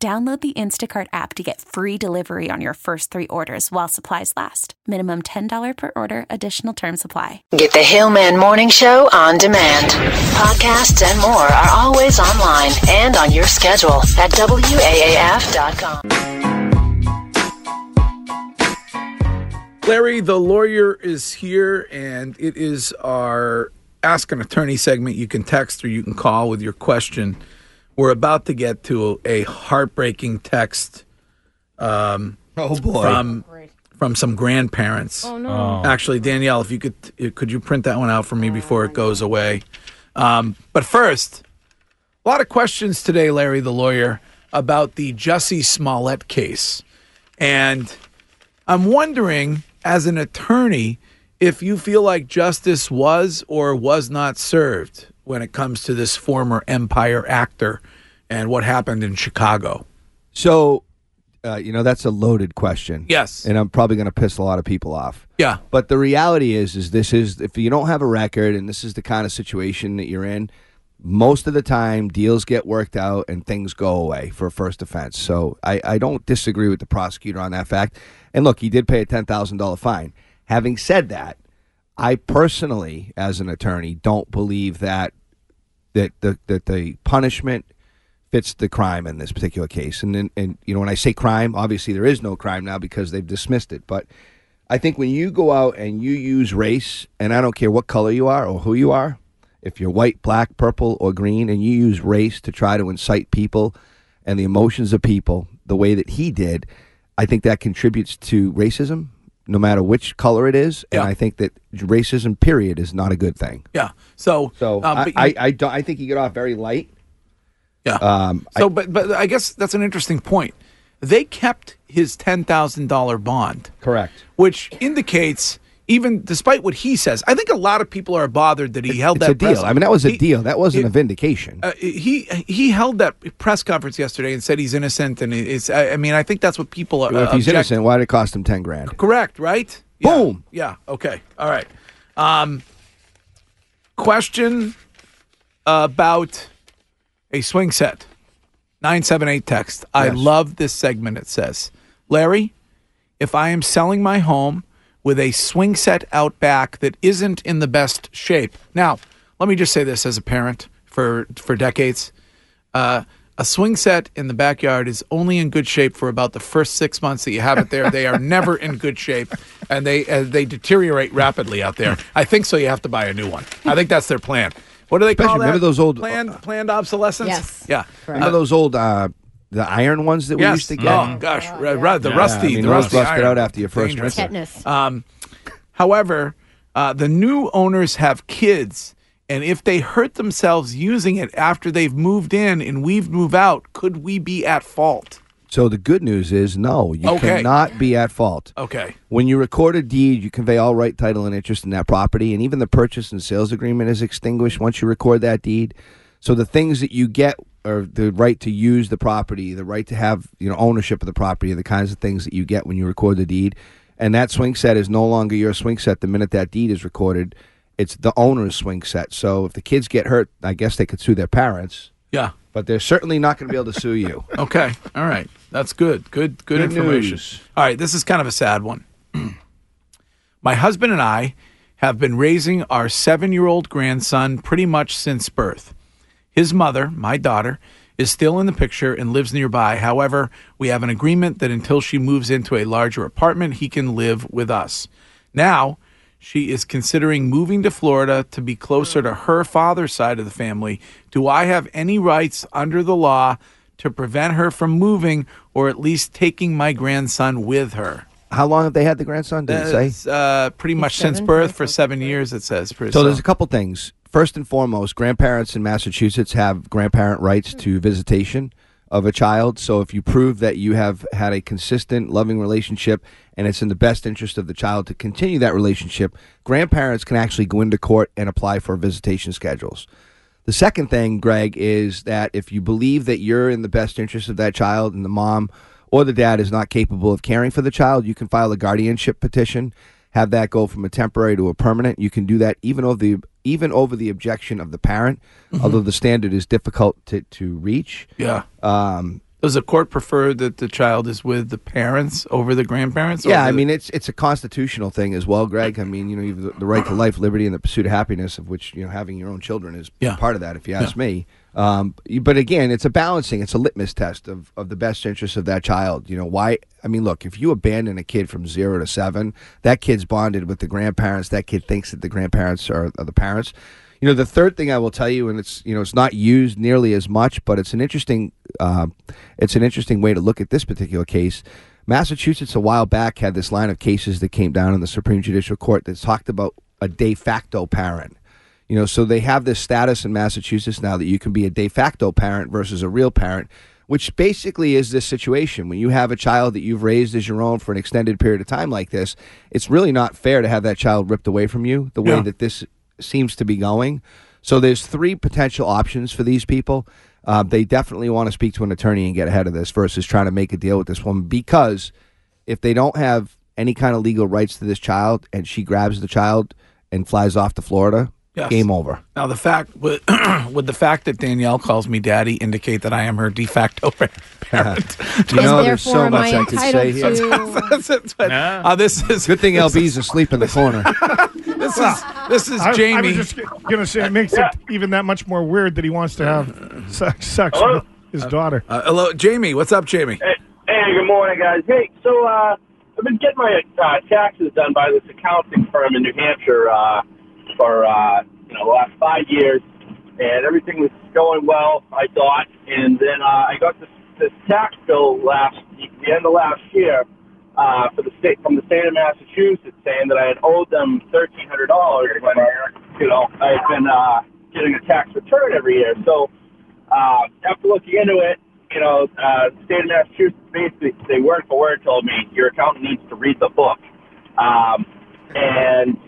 Download the Instacart app to get free delivery on your first three orders while supplies last. Minimum $10 per order, additional term supply. Get the Hillman Morning Show on demand. Podcasts and more are always online and on your schedule at WAAF.com. Larry, the lawyer, is here, and it is our Ask an Attorney segment. You can text or you can call with your question. We're about to get to a heartbreaking text um, Oh boy. from from some grandparents. Oh, no. Actually, Danielle, if you could could you print that one out for Oh, me before it goes away? Um, but first, a lot of questions today, Larry the lawyer, about the Jussie Smollett case, and I'm wondering, as an attorney, if you feel like justice was or was not served when it comes to this former Empire actor and what happened in Chicago. So, uh, you know, that's a loaded question. Yes. And I'm probably going to piss a lot of people off. Yeah. But the reality is, is this is if you don't have a record and this is the kind of situation that you're in, most of the time deals get worked out and things go away for a first offense. So I, I don't disagree with the prosecutor on that fact. And look, he did pay a ten thousand dollar fine. Having said that, I personally, as an attorney, don't believe that that the that the punishment fits the crime in this particular case. And then, and you know, when I say crime, obviously there is no crime now because they've dismissed it. But I think when you go out and you use race, and I don't care what color you are or who you are, if you're white, black, purple, or green, and you use race to try to incite people and the emotions of people the way that he did, I think that contributes to racism, no matter which color it is. Yeah. And I think that racism, period, is not a good thing. Yeah. So So um, I, but you- I, I, don't, I think he got off very light. Yeah. Um, so, but but I guess that's an interesting point. They kept his ten thousand dollar bond, Correct. which indicates even despite what he says, I think a lot of people are bothered that he held it's that a deal. press- I mean, that was a he- deal. That wasn't it- a vindication. Uh, he he held that press conference yesterday and said he's innocent, and it's. I, I mean, I think that's what people are. Well, if uh, he's object- innocent, why did it cost him ten grand? Correct, right? Yeah. Boom. Yeah. Okay. All right. Um, question about a swing set. 978 text. I Yes. love this segment. It says, Larry, if I am selling my home with a swing set out back that isn't in the best shape. Now, let me just say this as a parent for, for decades. Uh, a swing set in the backyard is only in good shape for about the first six months that you have it there. They are never in good shape, and they uh, they deteriorate rapidly out there. I think so. You have to buy a new one. I think that's their plan. What do they call Especially, that? remember those old- planned planned obsolescence? Yes. Yeah. Remember those old uh, the iron ones that we Yes. used to get? Oh gosh, ru- ru- the Yeah, rusty, I mean, the those rusty rusted iron. out after your first Dangerous. Um, winter. Tetanus. However, uh, the new owners have kids, and if they hurt themselves using it after they've moved in and we've moved out, could we be at fault? So the good news is, no, you Okay. cannot be at fault. Okay. When you record a deed, you convey all right, title, and interest in that property, and even the purchase and sales agreement is extinguished once you record that deed. So the things that you get are the right to use the property, the right to have you know ownership of the property, the kinds of things that you get when you record the deed. And that swing set is no longer your swing set the minute that deed is recorded. It's the owner's swing set. So if the kids get hurt, I guess they could sue their parents, Yeah. but they're certainly not going to be able to sue you. Okay. All right. That's good. Good. Good, Good information. news. All right. This is kind of a sad one. My husband and I have been raising our seven year old grandson pretty much since birth. His mother, my daughter, is still in the picture and lives nearby. However, we have an agreement that until she moves into a larger apartment, he can live with us. Now, she is considering moving to Florida to be closer to her father's side of the family. Do I have any rights under the law to prevent her from moving or at least taking my grandson with her? How long have they had the grandson? Did it say? That's, uh, pretty much since seven birth years for old. seven years, it says. So, So there's a couple things. First and foremost, grandparents in Massachusetts have grandparent rights to visitation of a child. So if you prove that you have had a consistent, loving relationship and it's in the best interest of the child to continue that relationship, grandparents can actually go into court and apply for visitation schedules. The second thing, Greg, is that if you believe that you're in the best interest of that child and the mom or the dad is not capable of caring for the child, you can file a guardianship petition, have that go from a temporary to a permanent. You can do that even over the even over the objection of the parent, although the standard is difficult to, to reach. Um, Yeah. Does the court prefer that the child is with the parents over the grandparents? or Yeah, I the- mean it's it's a constitutional thing as well, Greg. I mean, you know, you've the- the right to life, liberty, and the pursuit of happiness, of which you know having your own children is Yeah. part of that, if you ask me. Um, you- but again, it's a balancing. It's a litmus test of of the best interest of that child. You know, why? I mean, look, if you abandon a kid from zero to seven, that kid's bonded with the grandparents. That kid thinks that the grandparents are, are the parents. You know, the third thing I will tell you, and it's you know, it's not used nearly as much, but it's an interesting, uh, it's an interesting way to look at this particular case. Massachusetts a while back had this line of cases that came down in the Supreme Judicial Court that talked about a de facto parent. You know, so they have this status in Massachusetts now that you can be a de facto parent versus a real parent, which basically is this situation. When you have a child that you've raised as your own for an extended period of time like this, it's really not fair to have that child ripped away from you the way Yeah. that this seems to be going. So there's three potential options for these people. Uh, they definitely want to speak to an attorney and get ahead of this versus trying to make a deal with this woman because if they don't have any kind of legal rights to this child and she grabs the child and flies off to Florida, Yes. game over. Now the fact would, would the fact that Danielle calls me daddy indicate that I am her de facto pa- parent? You know, there's therefore so am much I I could say here. entitled to- That's it. But, uh, this is Good thing LB's asleep in the corner. This is this is I, Jamie. I was just g- gonna say it makes it even that much more weird that he wants to have sex, sex Hello? with his daughter. Uh, hello, Jamie. What's up, Jamie? Hey, hey, good morning, guys. Hey, so uh, I've been getting my uh, taxes done by this accounting firm in New Hampshire uh, for uh, you know the last five years, and everything was going well, I thought. And then uh, I got this, this tax bill last the end of last year uh, for the state from the state of Massachusetts, saying that I had owed them thirteen hundred dollars when you know I had been uh, getting a tax return every year. So uh, after looking into it, you know, uh, the state of Massachusetts basically, they word for word told me your accountant needs to read the book. Um, and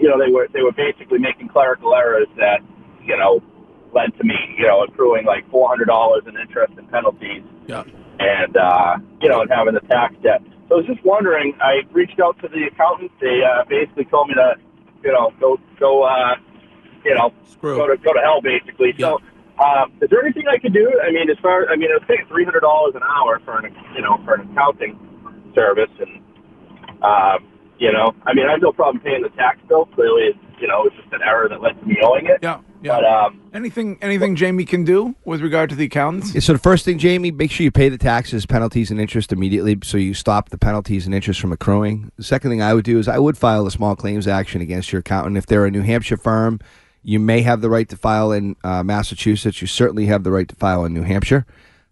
you know, they were they were basically making clerical errors that you know led to me, you know, accruing like four hundred dollars in interest and penalties Yeah. and uh, you know, and having the tax debt. So I was just wondering. I reached out to the accountant. They uh, basically told me to, you know, go go, uh, you know, Screw. go to go to hell basically. So. Um, is there anything I could do? I mean, as far I mean, I was paying three hundred dollars an hour for an you know for an accounting service, and um, you know, I mean, I have no problem paying the tax bill. Clearly, it's, you know, it's just an error that led to me owing it. Yeah, yeah. But um, Anything anything Jamie can do with regard to the accountants? Yeah, So the first thing, Jamie, make sure you pay the taxes, penalties, and interest immediately, so you stop the penalties and interest from accruing. The second thing I would do is I would file a small claims action against your accountant if they're a New Hampshire firm. You may have the right to file in uh, Massachusetts. You certainly have the right to file in New Hampshire.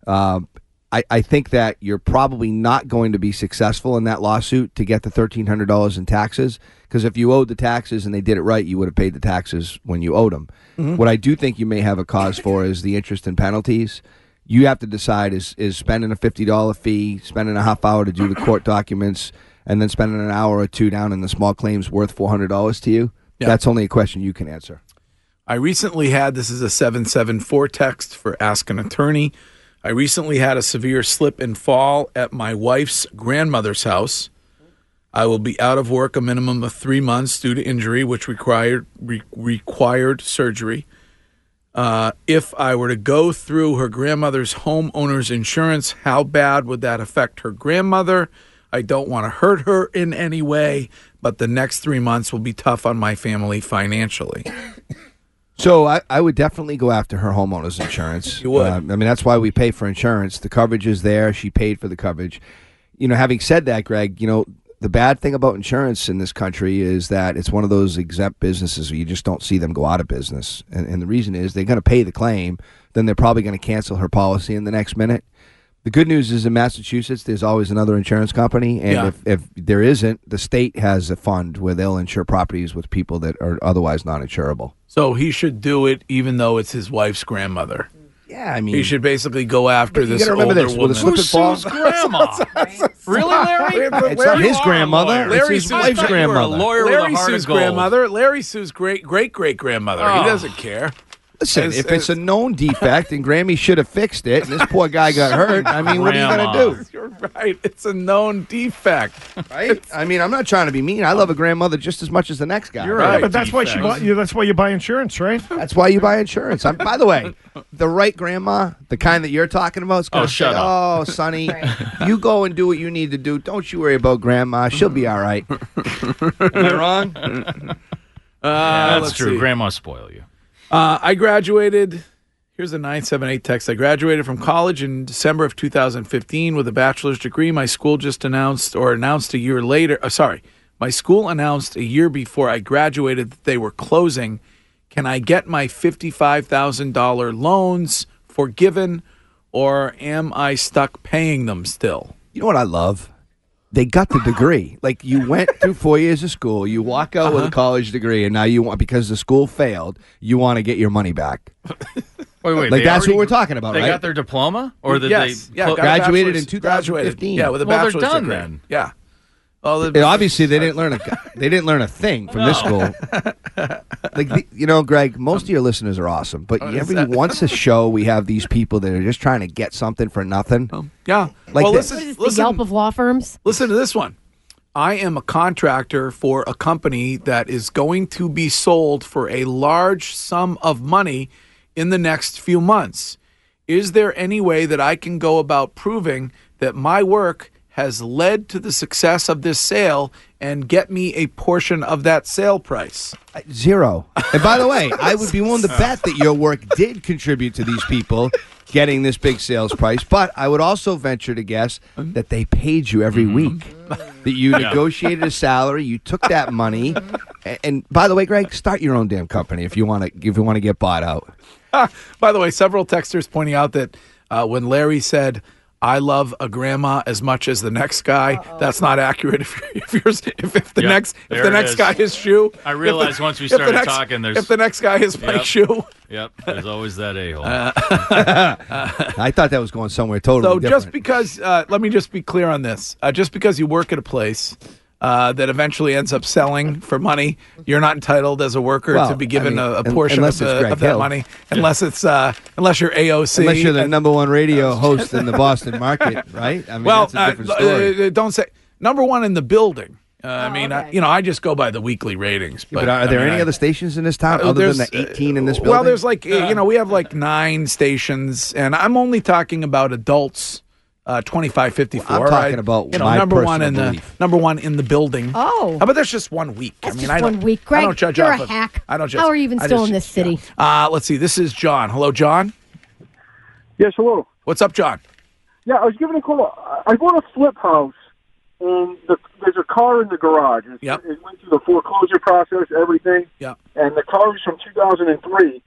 Um, I, I think that you're probably not going to be successful in that lawsuit to get the thirteen hundred dollars in taxes because if you owed the taxes and they did it right, you would have paid the taxes when you owed them. Mm-hmm. What I do think you may have a cause for is the interest and penalties. You have to decide is is spending a fifty dollar fee, spending a half hour to do the court documents, and then spending an hour or two down in the small claims worth four hundred dollars to you. Yeah. That's only a question you can answer. I recently had this is a 774 text for Ask an Attorney. I recently had a severe slip and fall at my wife's grandmother's house. I will be out of work a minimum of three months due to injury, which required re- required surgery. Uh, if I were to go through her grandmother's homeowner's insurance, how bad would that affect her grandmother? I don't want to hurt her in any way, but the next three months will be tough on my family financially. So I, I would definitely go after her homeowner's insurance. You would. Uh, I mean, that's why we pay for insurance. The coverage is there. She paid for the coverage. You know, having said that, Greg, you know, the bad thing about insurance in this country is that it's one of those exempt businesses where you just don't see them go out of business. And, and the reason is they're going to pay the claim, then they're probably going to cancel her policy in the next minute. The good news is in Massachusetts, there's always another insurance company, and Yeah. if, if there isn't, the state has a fund where they'll insure properties with people that are otherwise non insurable. So he should do it even though it's his wife's grandmother. Yeah, I mean, He should basically go after you this gotta older remember this, woman. with a slip and fall- Who sues grandma? really, Larry? It's not his grandmother. It's Larry his sues wife's I thought you were a grandmother. lawyer with a heart Larry of sues gold. grandmother. Larry sues great great great grandmother. Oh. Ah. He doesn't care. Listen, As- if it's a known defect and Grammy should have fixed it, and this poor guy got hurt, I mean, what are you Grandma. gonna do? You're right. It's a known defect. Right? I mean, I'm not trying to be mean. I love a grandmother just as much as the next guy. You're Yeah, right. but that's why she defects. bought you. That's why you buy insurance, right? That's why you buy insurance. I'm, by the way, the right grandma, the kind that you're talking about, is going Oh, to shut say, "Oh, Sonny, you go and do what you need to do. Don't you worry about grandma. She'll be all right." Am I wrong? Uh, Yeah, that's let's true. see. Grandma spoil you. Uh, I graduated. Here's a 978 text. I graduated from college in December of 2015 with a bachelor's degree. My school just announced, or announced a year later, uh, sorry, my school announced a year before I graduated that they were closing. Can I get my $55,000 loans forgiven, or am I stuck paying them still? You know what I love? They got the degree. Like you went through four years of school, you walk out Uh-huh. with a college degree, and now you want because the school failed, you want to get your money back. Wait, wait. Like they that's already- what we're talking about, They right? got their diploma, or did yes. they? yeah, clo- got a Graduated in bachelor's- 2015. Graduated, yeah, with a Well, they're bachelor's done degree. then. Yeah. Well, the- Yeah, obviously, they didn't learn a they didn't learn a thing from this school. Like the, you know, Greg, most of your listeners are awesome, but Oh, every once a show we have these people that are just trying to get something for nothing. Oh. Yeah. Like well, this. listen, What is this, the listen, Yelp of law firms? Listen to this one. I am a contractor for a company that is going to be sold for a large sum of money in the next few months. Is there any way that I can go about proving that my work has led to the success of this sale and get me a portion of that sale price? Zero. And by the way, I would be willing to bet that your work did contribute to these people getting this big sales price, but I would also venture to guess that they paid you every week. That you negotiated a salary, you took that money, and, and by the way, Greg, start your own damn company if you want to. If you want to get bought out, Ah, By the way, several texters pointing out that uh, when Larry said, "I love a grandma as much as the next guy," that's not accurate. If you're, if, you're, if, if the Yep, next if there the it next is. guy is shoe, I realized once we if the started next- talking, there's- if the next guy is Mike Yep. Shoe. Yep. There's always that Oh. a hole. I thought that was going somewhere totally Uh, So different. just because, uh, let me just be clear on this. Uh, just because you work at a place. Uh, that eventually ends up selling for money. You're not entitled as a worker Well, to be given I mean, a, a un- portion of, unless it's the, Greg of that Hill. money, unless it's uh, unless you're AOC, unless you're the and- number one radio host in the Boston market, right? I mean, well, that's a different uh, story. uh, don't say number one in the building. Uh, I Oh, mean, I, okay. you know, I just go by the weekly ratings. But, but are I there mean, any I- other stations in this town uh, other than the there's, uh, 18 in this building? Well, there's like uh, you know, we have like nine stations, and I'm only talking about adults. Uh, 2554. Well, I'm talking about you know, my number one personal in the belief. number one in the building. Oh. How about that's just one week? I That's mean, just I don't, one week. I Greg, don't judge you're off a of- hack. I don't judge. How are you even I still just- in this city? Uh, let's see. This is John. Hello, John. Yes, hello. What's up, John? Yeah, I was giving a call. I- I bought a flip house, and the, there's a car in the garage. It's, Yep. It went through the foreclosure process, everything. Yeah. and the car is from 2003,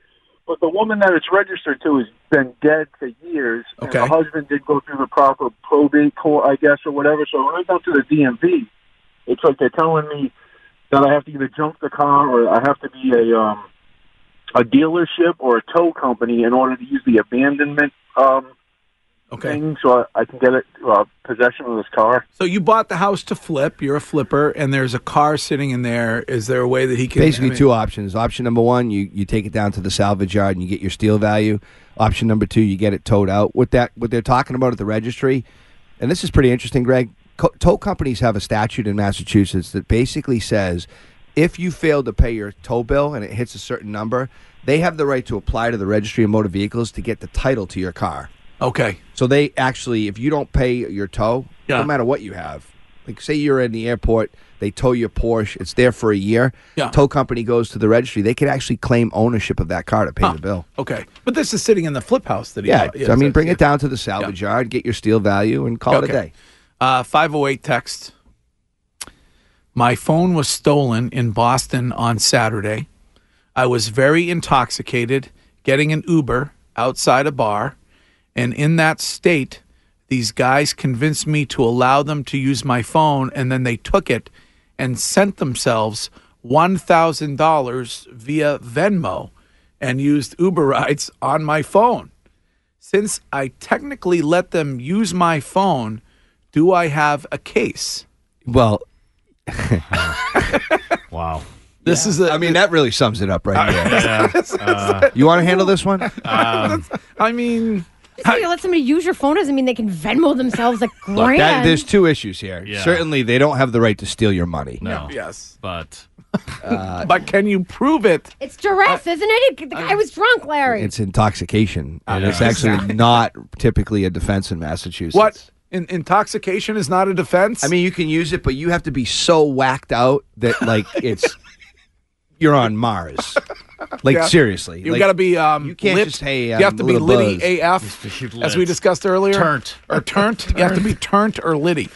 but the woman that it's registered to has been dead for years. Okay. And the husband did go through the proper probate court, I guess, or whatever. So when I go to the DMV, it's like they're telling me that I have to either junk the car or I have to be a um, a dealership or a tow company in order to use the abandonment um, Okay. thing, so I, I can get it, uh, possession of this car. So you bought the house to flip. You're a flipper, and there's a car sitting in there. Is there a way that he can I Basically, mean- two options. Option number one, you, you take it down to the salvage yard and you get your steel value. Option number two, you get it towed out. What that what they're talking about at the registry, and this is pretty interesting, Greg. Co- tow companies have a statute in Massachusetts that basically says if you fail to pay your tow bill and it hits a certain number, they have the right to apply to the registry of motor vehicles to get the title to your car. Okay. So they actually, if you don't pay your tow, Yeah. no matter what you have, like say you're in the airport, they tow your Porsche, it's there for a year. Yeah. Tow company goes to the registry, they could actually claim ownership of that car to pay the bill. Okay. But this is sitting in the flip house that he Yeah, bought. so, I mean, so- bring it down to the salvage yard, get your steel value, and call it a Okay. day. Uh, 508 text. My phone was stolen in Boston on Saturday. I was very intoxicated, getting an Uber outside a bar. And in that state, these guys convinced me to allow them to use my phone, and then they took it and sent themselves $1,000 via Venmo and used Uber rides on my phone. Since I technically let them use my phone, do I have a case? Well, Wow. This is a. Uh, I mean, that really sums it up right there. Yeah. You want to handle this one? Um, I mean, Just because you let somebody use your phone doesn't mean they can Venmo themselves a grand. Look, that, there's two issues here. Yeah. Certainly, they don't have the right to steal your money. no. yes. But Uh, But can you prove it? it's duress, isn't it? It- The guy was drunk, Larry. It's intoxication. and It's actually not typically a defense in Massachusetts. What? In- intoxication is not a defense? I mean, you can use it, but you have to be so whacked out that like it's you're on Mars. Like Yeah. seriously, You like, got to be um, you can't lit. just, hey, you I'm have to a be little litty buzzed. AF, You have to be as lit. we discussed earlier, Turnt. or turnt. You have to be turnt or litty.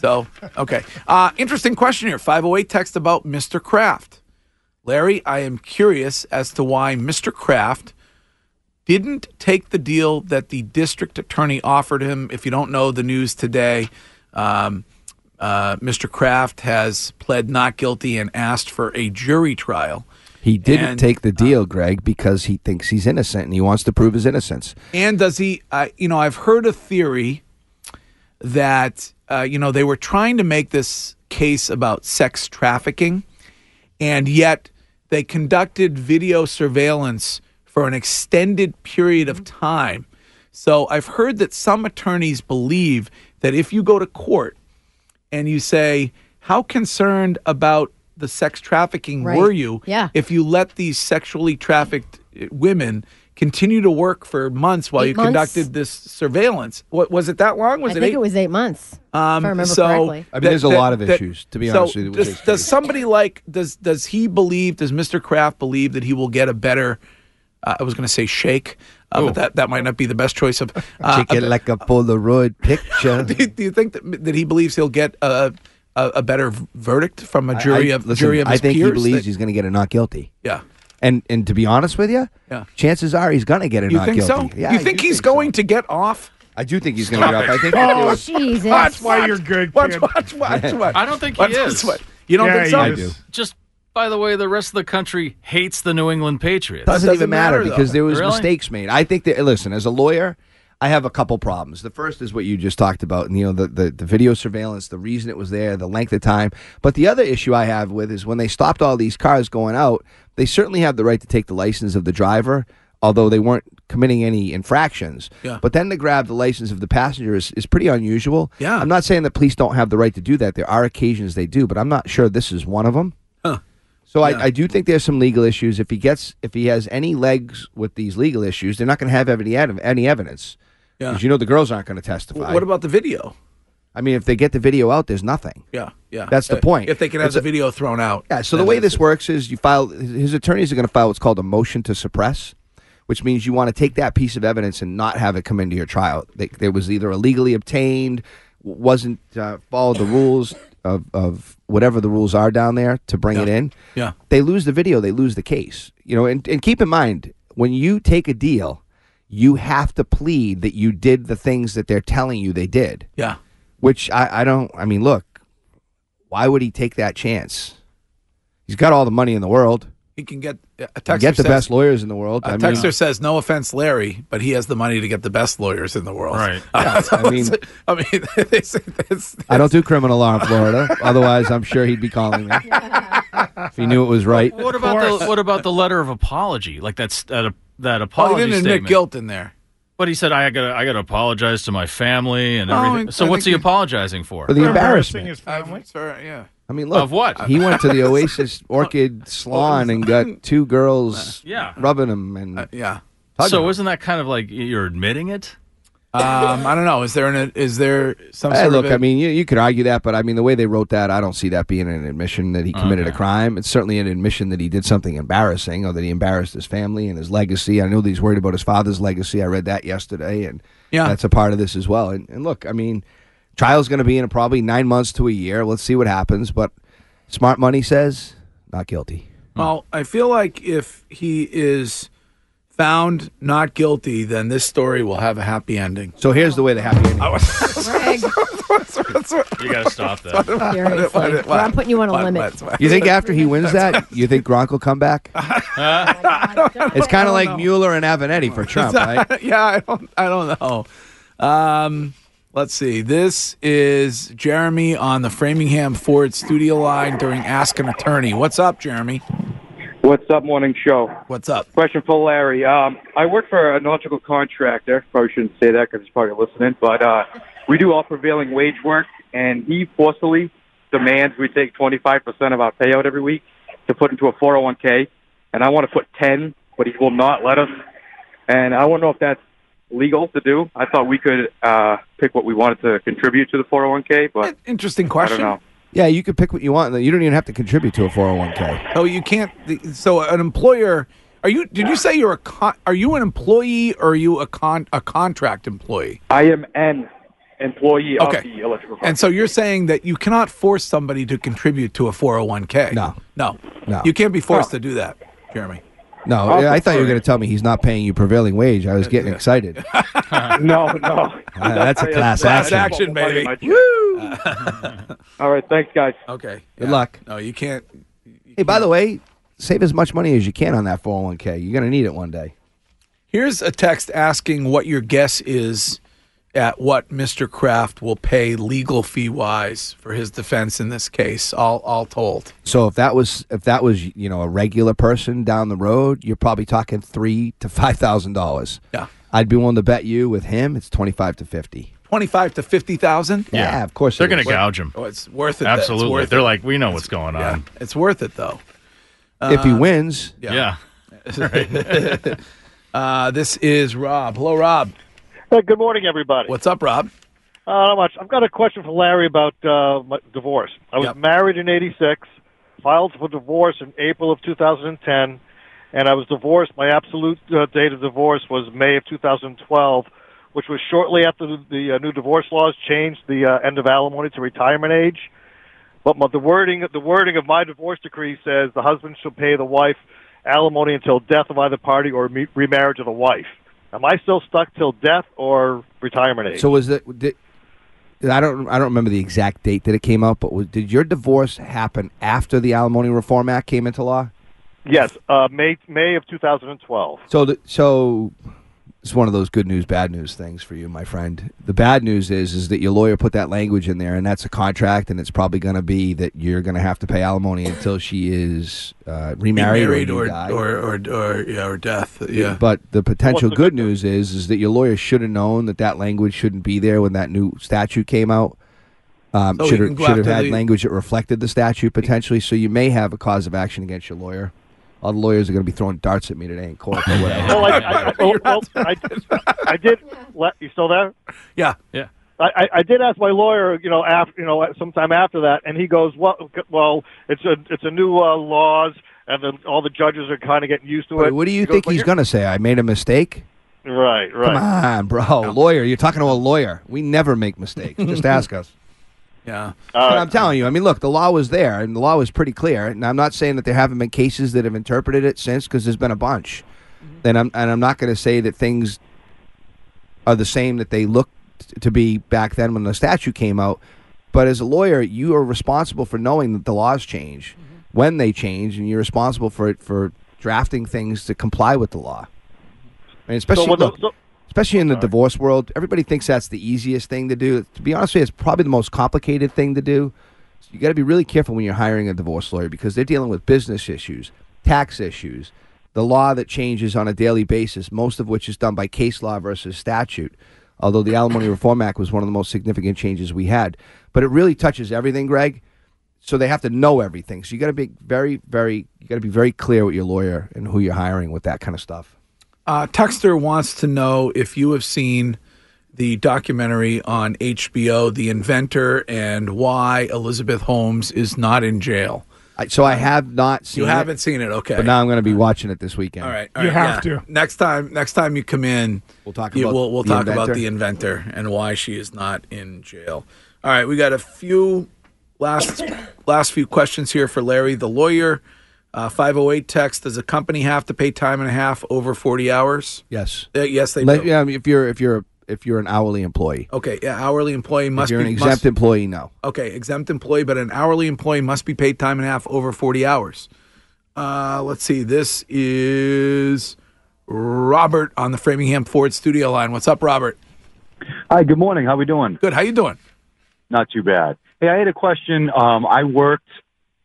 So okay, uh, interesting question here. Five hundred eight text about Mr. Kraft. Larry, I am curious as to why Mr. Kraft didn't take the deal that the district attorney offered him. If you don't know the news today, um, uh, Mr. Kraft has pled not guilty and asked for a jury trial. He didn't And, uh, take the deal, Greg, because he thinks he's innocent and he wants to prove his innocence. And does he? Uh, you know, I've heard a theory that uh, you know they were trying to make this case about sex trafficking, and yet they conducted video surveillance for an extended period of time. So I've heard that some attorneys believe that if you go to court and you say, "How concerned about the sex trafficking Right. were you?" Yeah. if you let these sexually trafficked uh, women continue to work for months while Eight you months? conducted this surveillance. What was it that long? Was I it think eight? Oh, Um, it was eight months, if I remember so correctly. I mean, there's a lot of issues, to be so honest with you, with Does, this does case. somebody like does does he believe? Does Mr. Kraft believe that he will get a better? Uh, I was going to say shake, uh, but that that might not be the best choice of. Uh, Take Oh. it like a Polaroid picture. do, you, do you think that that he believes he'll get a a, a better v- verdict from a jury I- of listen, jury of his I think peers? he believes that- he's going to get a not guilty. yeah. And and to be honest with you, Yeah. chances are he's going to get a You not think guilty. so? Yeah, you I think do he's so. going to get off? I do think he's going to get off. I think. Oh, Jesus. That's why you're good, Watch, kid. watch, watch, watch. I don't think he Watch, is. watch, watch. You don't Yeah, think so? he I do. is. just by the way, the rest of the country hates the New England Patriots. doesn't, Doesn't even matter, matter, though. because there was Really? mistakes made. I think that listen, as a lawyer, I have a couple problems. The first is what you just talked about, and you know the, the the video surveillance, the reason it was there, the length of time. But the other issue I have with is when they stopped all these cars going out, they certainly have the right to take the license of the driver. Although they weren't committing any infractions, Yeah. but then to grab the license of the passenger is, is pretty unusual. Yeah. I'm not saying that police don't have the right to do that. There are occasions they do, but I'm not sure this is one of them. So I, I do think there's some legal issues. If he gets, if he has any legs with these legal issues, they're not going to have any ev- any evidence. Yeah. Because you know the girls aren't going to testify. What about the video? I mean, if they get the video out, there's nothing. Yeah, yeah. That's the Uh, point. If they can have It's the a- video thrown out. Yeah. So the then way that's this it. works is, you file his his attorneys are going to file what's called a motion to suppress, which means you want to take that piece of evidence and not have it come into your trial. They, there was either illegally obtained, w- wasn't uh, followed the rules of of whatever the rules are down there to bring it in. Yeah. they lose the video, they lose the case. You know, and, and keep in mind when you take a deal, you have to plead that you did the things that they're telling you they did. Yeah, Which I, I don't. I mean, look, why would he take that chance? He's got all the money in the world. he can get uh, a Get texter the says, best lawyers in the world. A texter says, "No offense, Larry, but he has the money to get the best lawyers in the world." Right. Uh, so I mean- it's- I mean, they say that's, I don't do criminal law in Florida. Otherwise, I'm sure he'd be calling me if he knew it was right. What about the what about the letter of apology? Like that's that uh, that apology well, Oh, he didn't statement. admit guilt in there. But he said I got to I got to apologize to my family and Oh, everything. I so what's think he he- apologizing for? For the embarrassment. Embarrassing his family. sorry, yeah. I mean, look. Of what? He went to the Oasis Orchid Salon and got two girls Yeah. rubbing him and Uh, Yeah. hugging so him. isn't that kind of like you're admitting it? Um, I don't know. Is there an is there some Hey, sort look, of a- I mean, you, you could argue that, but I mean, the way they wrote that, I don't see that being an admission that he committed a crime. It's certainly an admission that he did something embarrassing or that he embarrassed his family and his legacy. I know that he's worried about his father's legacy. I read that yesterday, and Yeah. that's a part of this as well. And, and look, I mean, trial's going to be in probably nine months to a year. Let's see what happens, but smart money says not guilty. Well, I feel like if he is found not guilty, then this story will have a happy ending. So here's the way the happy ending. Greg, You gotta stop that. seriously. Well, I'm putting you on a limit. You think after he wins that, you think Gronk will come back? Oh It's kind of like Mueller and Avenetti for Trump, right? yeah, I don't, I don't know. Um, let's see. This is Jeremy on the Framingham Ford studio line during Ask an Attorney. What's up, Jeremy? What's up, morning show? What's up? Question for Larry. Um, I work for an electrical contractor. Probably shouldn't say that because he's probably listening. But uh, we do all prevailing wage work, and he forcefully demands we take 25% of our payout every week to put into a 401k. And I want to put 10, but he will not let us. And I want to know if that's legal to do. I thought we could uh, pick what we wanted to contribute to the 401k, but Interesting I question. don't know. Yeah, you can pick what you want. and You don't even have to contribute to a 401k. Oh, you can't. the- So an employer. Are you? Did you say you're a? Con, are you an employee or are you a con a contract employee? I am an employee Okay. of the electrical contractor. And so you're saying that you cannot force somebody to contribute to a 401k. No. no, No. You can't be forced to do that, Jeremy. No, yeah, I thought you were going to tell me he's not paying you prevailing wage. I was getting excited. No, no. Ah, that's a class Class action. action, baby. All right, thanks, guys. Okay. Good yeah. luck. No, you can't. Hey, by the way, save as much money as you can on that 401k. You're going to need it one day. Here's a text asking what your guess is at what Mr. Kraft will pay legal fee wise for his defense in this case, all all told. So if that was if that was you know a regular person down the road, you're probably talking three to five thousand dollars. Yeah. I'd be willing to bet you with him, it's twenty five to fifty. Twenty five to fifty thousand. Yeah, of course They're it gonna is. gouge him. Oh, it's worth it. though. It's Absolutely. worth They're it. like, we know what's going yeah, on. it's worth it though. if he wins. Yeah. Uh, this is Rob. Hello, Rob. Hey, good morning, everybody. What's up, Rob? Uh, not much. I've got a question for Larry about uh, my divorce. I was Yep. married in '86, filed for divorce in April of 2010, and I was divorced. My absolute uh, date of divorce was May of 2012, which was shortly after the, the uh, new divorce laws changed the uh, end of alimony to retirement age. But my, the wording the wording of my divorce decree says the husband shall pay the wife alimony until death of either party or me- remarriage of the wife. Am I still stuck till death or retirement age? So was that? Did, I don't. I don't remember the exact date that it came out, but was, did your divorce happen after the Alimony Reform Act came into law? Yes, uh, May May of 2012. So, the, so it's one of those good news, bad news things for you, my friend. The bad news is, is that your lawyer put that language in there, and that's a contract, and it's probably going to be that you're going to have to pay alimony until she is uh, remarried, Married or, or you die. or or or, yeah, or death. Yeah. But the potential What's the good news is, is that your lawyer should have known that that language shouldn't be there when that new statute came out. Um, So should you can have, go should have after had the- language that reflected the statute potentially, so you may have a cause of action against your lawyer. All the lawyers are going to be throwing darts at me today in court, but whatever. Well, I, I, I, well, well, I, I did. Let, you still there? yeah. Yeah. I, I- I did ask my lawyer, you know, after you know, sometime after that, and he goes, "Well, well, it's a it's a new uh, laws, and the, all the judges are kind of getting used to Wait, it." what do you He think goes, he's going to say? I made a mistake? "Well, you're-" Right, Come right. on, bro. Lawyer, you're talking to a lawyer. We never make mistakes. Just ask us. Yeah. All But right. I'm telling you, I mean, look, the law was there, and the law was pretty clear. And I'm not saying that there haven't been cases that have interpreted it since, because there's been a bunch. And I'm and I'm not going to say that things are the same that they looked to be back then when the statute came out. But as a lawyer, you are responsible for knowing that the laws change when they change, and you're responsible for for drafting things to comply with the law. And especially, So, what the- look, so- especially in the divorce world, everybody thinks that's the easiest thing to do. To be honest with you, it's probably the most complicated thing to do. So you got to be really careful when you're hiring a divorce lawyer because they're dealing with business issues, tax issues, the law that changes on a daily basis, most of which is done by case law versus statute. Although the Alimony Reform Act was one of the most significant changes we had, but it really touches everything, Greg. So they have to know everything. So you got to be very, very, you got to be very clear with your lawyer and who you're hiring with that kind of stuff. Uh, Texter wants to know if you have seen the documentary on HBO, The Inventor, and why Elizabeth Holmes is not in jail. I, so I have not seen. You it. haven't seen it, okay? But now I'm going to be watching it this weekend. all right, all You right, have to. Next time, next time you come in, We'll talk you- about we'll, we'll The talk about Inventor. the inventor and why she is not in jail. All right, we got a few last last few questions here for Larry, the lawyer. Uh, 508 text Does a company have to pay time and a half over 40 hours? Yes. Uh, yes, they Let- do. yeah, I mean, if you're if you're if you're an hourly employee, Okay, yeah, hourly employee must if you're be an exempt must- employee, no. Okay, exempt employee, but an hourly employee must be paid time and a half over 40 hours. Uh, let's see. This is Robert on the Framingham Ford studio line. What's up, Robert? Hi, good morning. How we doing? Good. How you doing? Not too bad. Hey, I had a question. Um, I worked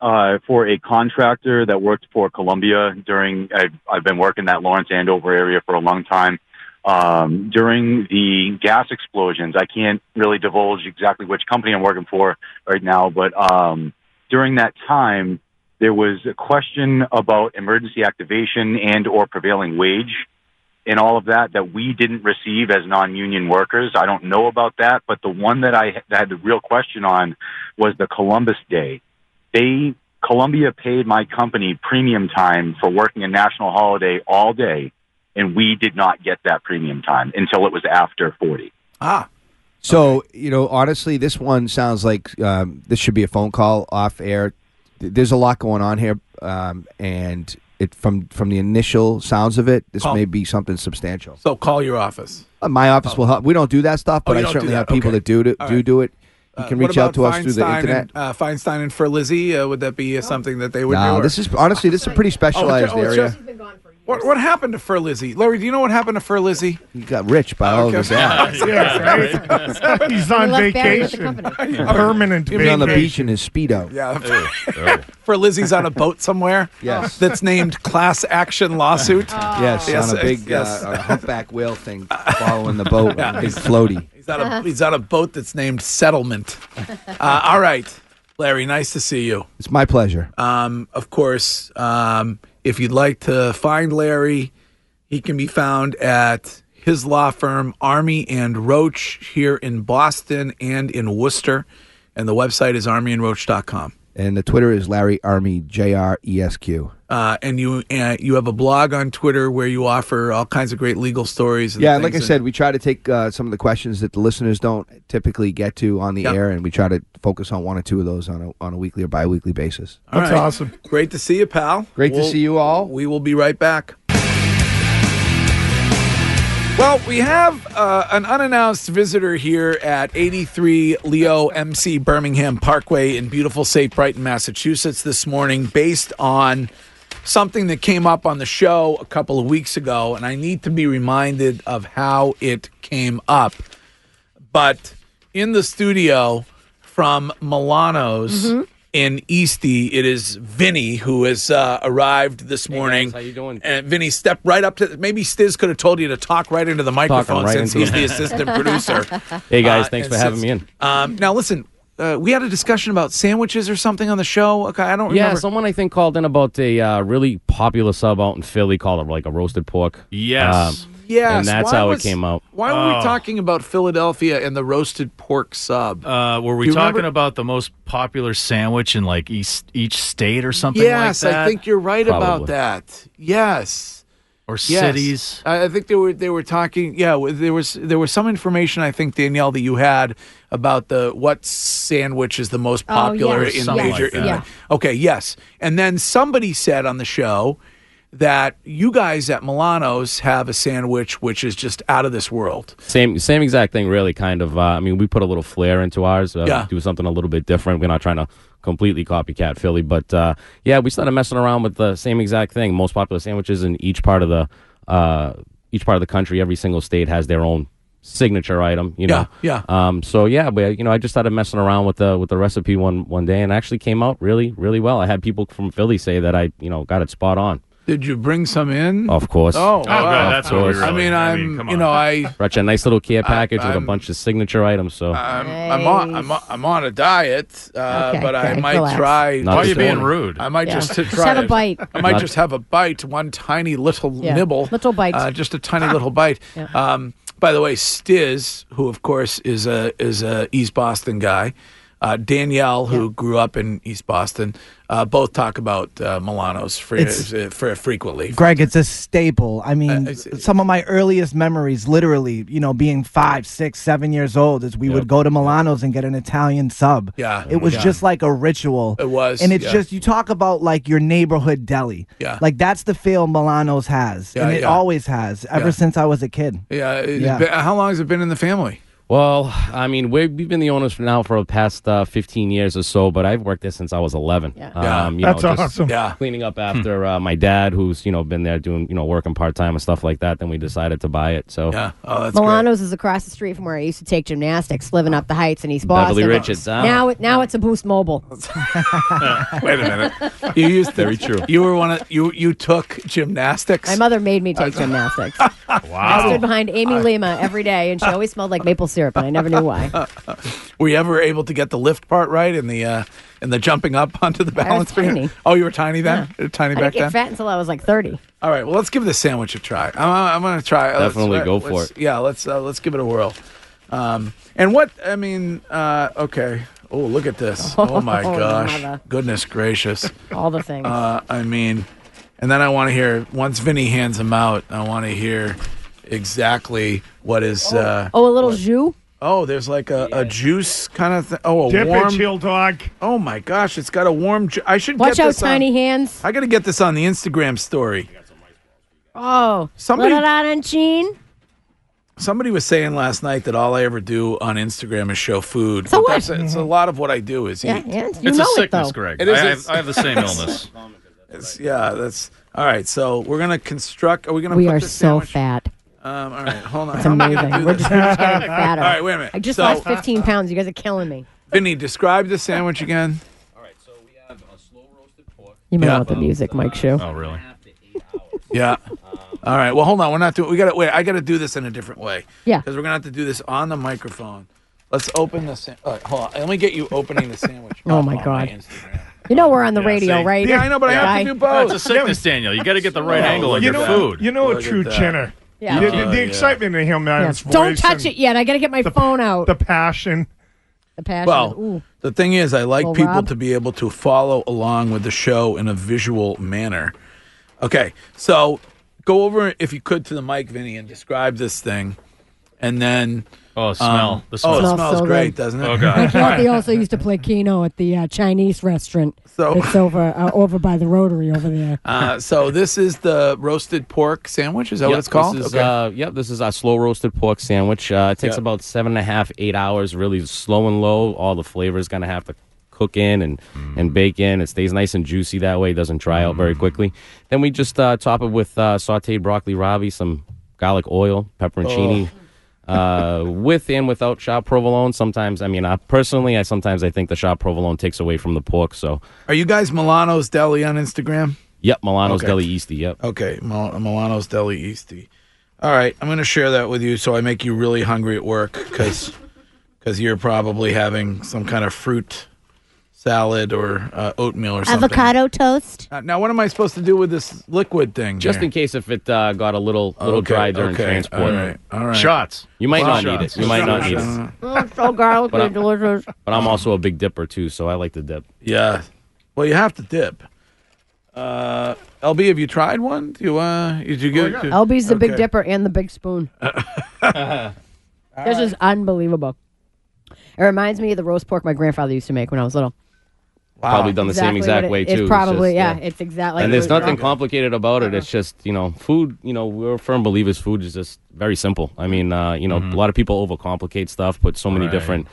uh, for a contractor that worked for Columbia during. I've, I've been working that Lawrence Andover area for a long time. Um, during the gas explosions, I can't really divulge exactly which company I'm working for right now, but um, during that time, there was a question about emergency activation and or prevailing wage and all of that that we didn't receive as non-union workers. I don't know about that, but the one that I that had the real question on was the Columbus Day. They Columbia paid my company premium time for working a national holiday all day, and we did not get that premium time until it was after 40. Ah. So you know, honestly, this one sounds like um, this should be a phone call off air. Th- There's a lot going on here, um, and it from from the initial sounds of it, this Call- may be something substantial. So call your office. Uh, My office will help. We don't do that stuff, Oh, but you I don't do certainly that. have people Okay. that do to, All do right. do it. You Uh, can what reach out about to us through the Feinstein internet. And, uh, Feinstein and for Lizzie, uh, would that be uh, something that they would do? no, or- this is honestly this is a pretty specialized oh, it's area. just- what, what happened to Fur Lizzie? Larry, do you know what happened to Fur Lizzie? He got rich by all of his ads. Yes, right? He's on He left Barry with the vacation. company. Permanent He was on the vacation. beach in his speedo. Yeah. For Lizzie's on a boat somewhere. Yes. That's named class action lawsuit. Oh. Yes, on a uh, big yes. uh, a humpback whale thing following the boat, Yeah, a big he's- floaty. He's on a he's on a boat that's named Settlement. Uh, all right, Larry, nice to see you. It's my pleasure. Um, of course, um, if you'd like to find Larry, he can be found at his law firm, Army and Roach, here in Boston and in Worcester. And the website is armyandroach.com. And the Twitter is Larry Army J R E S Q. Uh, and you uh, you have a blog on Twitter where you offer all kinds of great legal stories. And Yeah, and like I things that- said, we try to take uh, some of the questions that the listeners don't typically get to on the Yep. air, and we try to focus on one or two of those on a on a weekly or biweekly basis. All right. Great to see you, pal. Great to see you all. We will be right back. Well, we have uh, an unannounced visitor here at 83 Leo MC Birmingham Parkway in beautiful St. Brighton, Massachusetts this morning, based on something that came up on the show a couple of weeks ago. And I need to be reminded of how it came up. But in the studio from Milano's in Eastie, it is Vinny who has uh, arrived this morning. how you doing? And Vinny, step right up to. Maybe Stiz could have told you to talk right into the microphone right since into he's it. the assistant producer. Hey, guys, Uh, thanks and for having since- me in. Um, now listen, uh, we had a discussion about sandwiches or something on the show. Okay, I don't Yeah, remember. someone I think called in about a uh, really popular sub out in Philly called it like a roasted pork. Yes. Um, Yes, And that's why how was- it came out. Why were Oh. we talking about Philadelphia and the roasted pork sub? Uh, were we Do you talking remember- about the most popular sandwich in like each, each state or something yes, like that? I think you're right about Probably. that. Yes. Or Yes. cities. I, I think they were they were talking. Yeah, w- there was there was some information I think Danielle that you had about the what sandwich is the most Oh, popular yes, in Something major. like in- that. Okay, yes, and then somebody said on the show that you guys at Milano's have a sandwich which is just out of this world. Same same exact thing, really. Kind of. Uh, I mean, we put a little flair into ours. Uh, Yeah. Do something a little bit different. We're not trying to completely copycat Philly, but uh, yeah, we started messing around with the same exact thing. Most popular sandwiches in each part of the uh, each part of the country. Every single state has their own signature item. You know. Yeah, Um, so yeah, but you know, I just started messing around with the with the recipe one one day, and it actually came out really really well. I had people from Philly say that I you know got it spot on. Did you bring some in? Of course. Oh, Of wow. course. I mean, I'm you know I Brought you a nice little care package with I'm- a bunch of signature items. So I'm, I'm on I'm on, I'm on a diet, uh, Okay, but I okay, might relax. try. Not Why are you this being morning. rude? I might Yeah. just Just try have a it. bite. I might Not- just have a bite, one tiny little Yeah, nibble, little bite. Ah. uh, just a tiny little bite. Um, by the way, Stiz, who of course is a is a East Boston guy, Uh, Danielle, who grew up in East Boston, uh, both talk about uh, Milano's fre- It's- uh, fre- frequently. Greg, it's a staple. I mean, some of my earliest memories, literally, you know, being five, six, seven years old, is we would go to Milano's and get an Italian sub. Yeah, It was yeah. just like a ritual. It was, And it's yeah. just, you talk about like your neighborhood deli. Yeah. Like that's the feel Milano's has. Yeah, and it yeah. always has ever Yeah. since I was a kid. Yeah, it- Yeah. but Uh, How long has it been in the family? Well, I mean, we- we've been the owners for now for the past uh, 15 years or so, but I've worked there since I was Um, 11. Yeah, Yeah. That's awesome. Hmm. Yeah. Cleaning up after uh, my dad, who's you know been there doing you know working part time and stuff like that. Then we decided to buy it. So yeah, oh, Milano's is across the street from where I used to take gymnastics, living up the heights in East Boston. Beverly Richards, huh? Now, it- now it's a Boost Mobile. Wait a minute. You used to, very true. You were one of you. You took gymnastics. My mother made me take gymnastics. I stood behind Amy Lima every day, and she always smelled like maple syrup, and I never knew why. Were you ever able to get the lift part right and the uh, and the jumping up onto the balance beam? Oh, you were tiny then, I tiny didn't back get then. fat until I was like 30. All right, well, let's give this sandwich a try. I'm, I'm going to try. Let's- Definitely go let's- for it. Yeah, let's uh, let's give it a whirl. Um, and what I mean, uh, okay. Oh, look at this. Oh, my Oh, gosh. mother. Goodness gracious. All the things. Uh, I mean, and then I want to hear once Vinny hands them out. I want to hear exactly what is. uh, oh, a little jus. Oh, there's like a, a juice kind of thing. Oh, a Dip it, warm heel dog. Oh my gosh, it's got a warm. Ju- I should Watch get out, this uh, on- tiny hands. I got to get this on the Instagram story. Oh, Somebody- little arancine. Somebody was saying last night that all I ever do on Instagram is show food. So but what? That's a, it's a lot of what I do is Yeah, eat. yeah, you It's a know it, sickness, though. Greg. I have- I have the same illness. It's- yeah, that's all right. So we're gonna construct. Are we gonna? We put are this so sandwich- fat. Um, all right, hold on. It's How am I gonna amazing. do We're this? just, we're just getting fatter. All right, wait a minute. I just So- lost 15 pounds. You guys are killing me. Vinny, describe the sandwich again. You might Yeah. want the music, Mike Shoe. Oh, really? yeah. All right. Well, hold on. We're not doing. We got to wait. I got to do this in a different way. Yeah. Because we're gonna have to do this on the microphone. Let's open the. Sa- all right, hold on. Let me get you opening the sandwich. Oh, my God. You know we're on the Yeah, radio, see? right? Yeah, I know, but I have to Guy. do both. It's a sickness, Daniel. You got to get the right Yeah, angle on you your know, food. You know a true Jenner. Yeah. The, Oh, the- the yeah. excitement in him, Yeah. man. Don't touch it yet. I got to get my phone out. The passion. The passion. Well, Ooh. the thing is, I like Well, people Rob? to be able to follow along with the show in a visual manner. Okay, so go over if you could to the mic, Vinny, and describe this thing, and then oh, smell. The Oh, smell. it Smells smells so great, good. doesn't it? Oh, God. My uh, All right. Kathy also used to play Keno at the uh, Chinese restaurant. So- it's over uh, over by the Rotary over there. Uh, so this is the roasted pork sandwich. Is that what Yep, it's called? This is, uh, yep, this is our slow roasted pork sandwich. Uh, it takes Yep. about seven and a half, eight hours, really slow and low. All the flavors going to have to cook in and, Mm. and bake in. It stays nice and juicy that way. It doesn't dry out very quickly. Then we just uh, top it with uh, sauteed broccoli ravi, some garlic oil, pepperoncini. Oh. Uh, with and without shop provolone. Sometimes, I mean, I personally, I sometimes I think the shop provolone takes away from the pork. So, Are you guys Milano's Deli on Instagram? yep, Milano's Okay. Deli Easty. Yep. Okay, Mil- Milano's Deli Easty. All right, I'm going to share that with you so I make you really hungry at work because you're probably having some kind of fruit salad or uh, oatmeal or something. toast. Uh, now, what am I supposed to do with this liquid thing? Just here? in case if it uh, got a little little Okay, dry during okay, transport. all right, all right. Shots. You might Well, not need shots. it. You might not need Shots. it. Oh, it's so garlicky But I'm- and delicious. But I'm also a big dipper too, so I like to dip. Yeah. Well, you have to dip. Uh, LB, have you tried one? Do you uh, did Oh, you get? LB's the Big Okay. Dipper and the Big Spoon. this is unbelievable. It reminds me of the roast pork my grandfather used to make when I was little. Probably done the same Exactly exact what way it- too. It's It's probably just, yeah, It's exactly. and there's nothing complicated about it. Uh-huh. It's just you know, food. You know, we're firm believers. Food is just very simple. I mean, uh, you Mm-hmm. know, a lot of people overcomplicate stuff, put so many Right. different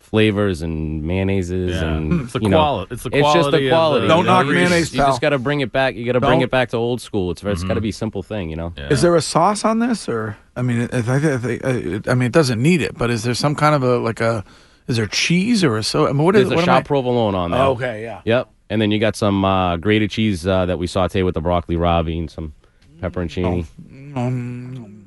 flavors and mayonnaises and Mm, It's the you know, quali- it's the just quality the of quality. the- Don't you know, knock you just- mayonnaise, You just pal. got to bring it back. You got to bring Don't- it back to old school. It's very, it's Mm-hmm. got to be a simple thing. You know. Is there a sauce on this, or I mean, I, I, I, I mean, it doesn't need it, but is there some kind of a like a? Is there cheese or a so? I mean, what is what There's a am shop I- provolone on there. Okay, yeah. Yep. And then you got some uh, grated cheese uh, that we saute with the broccoli ravi and some pepperoncini. Um,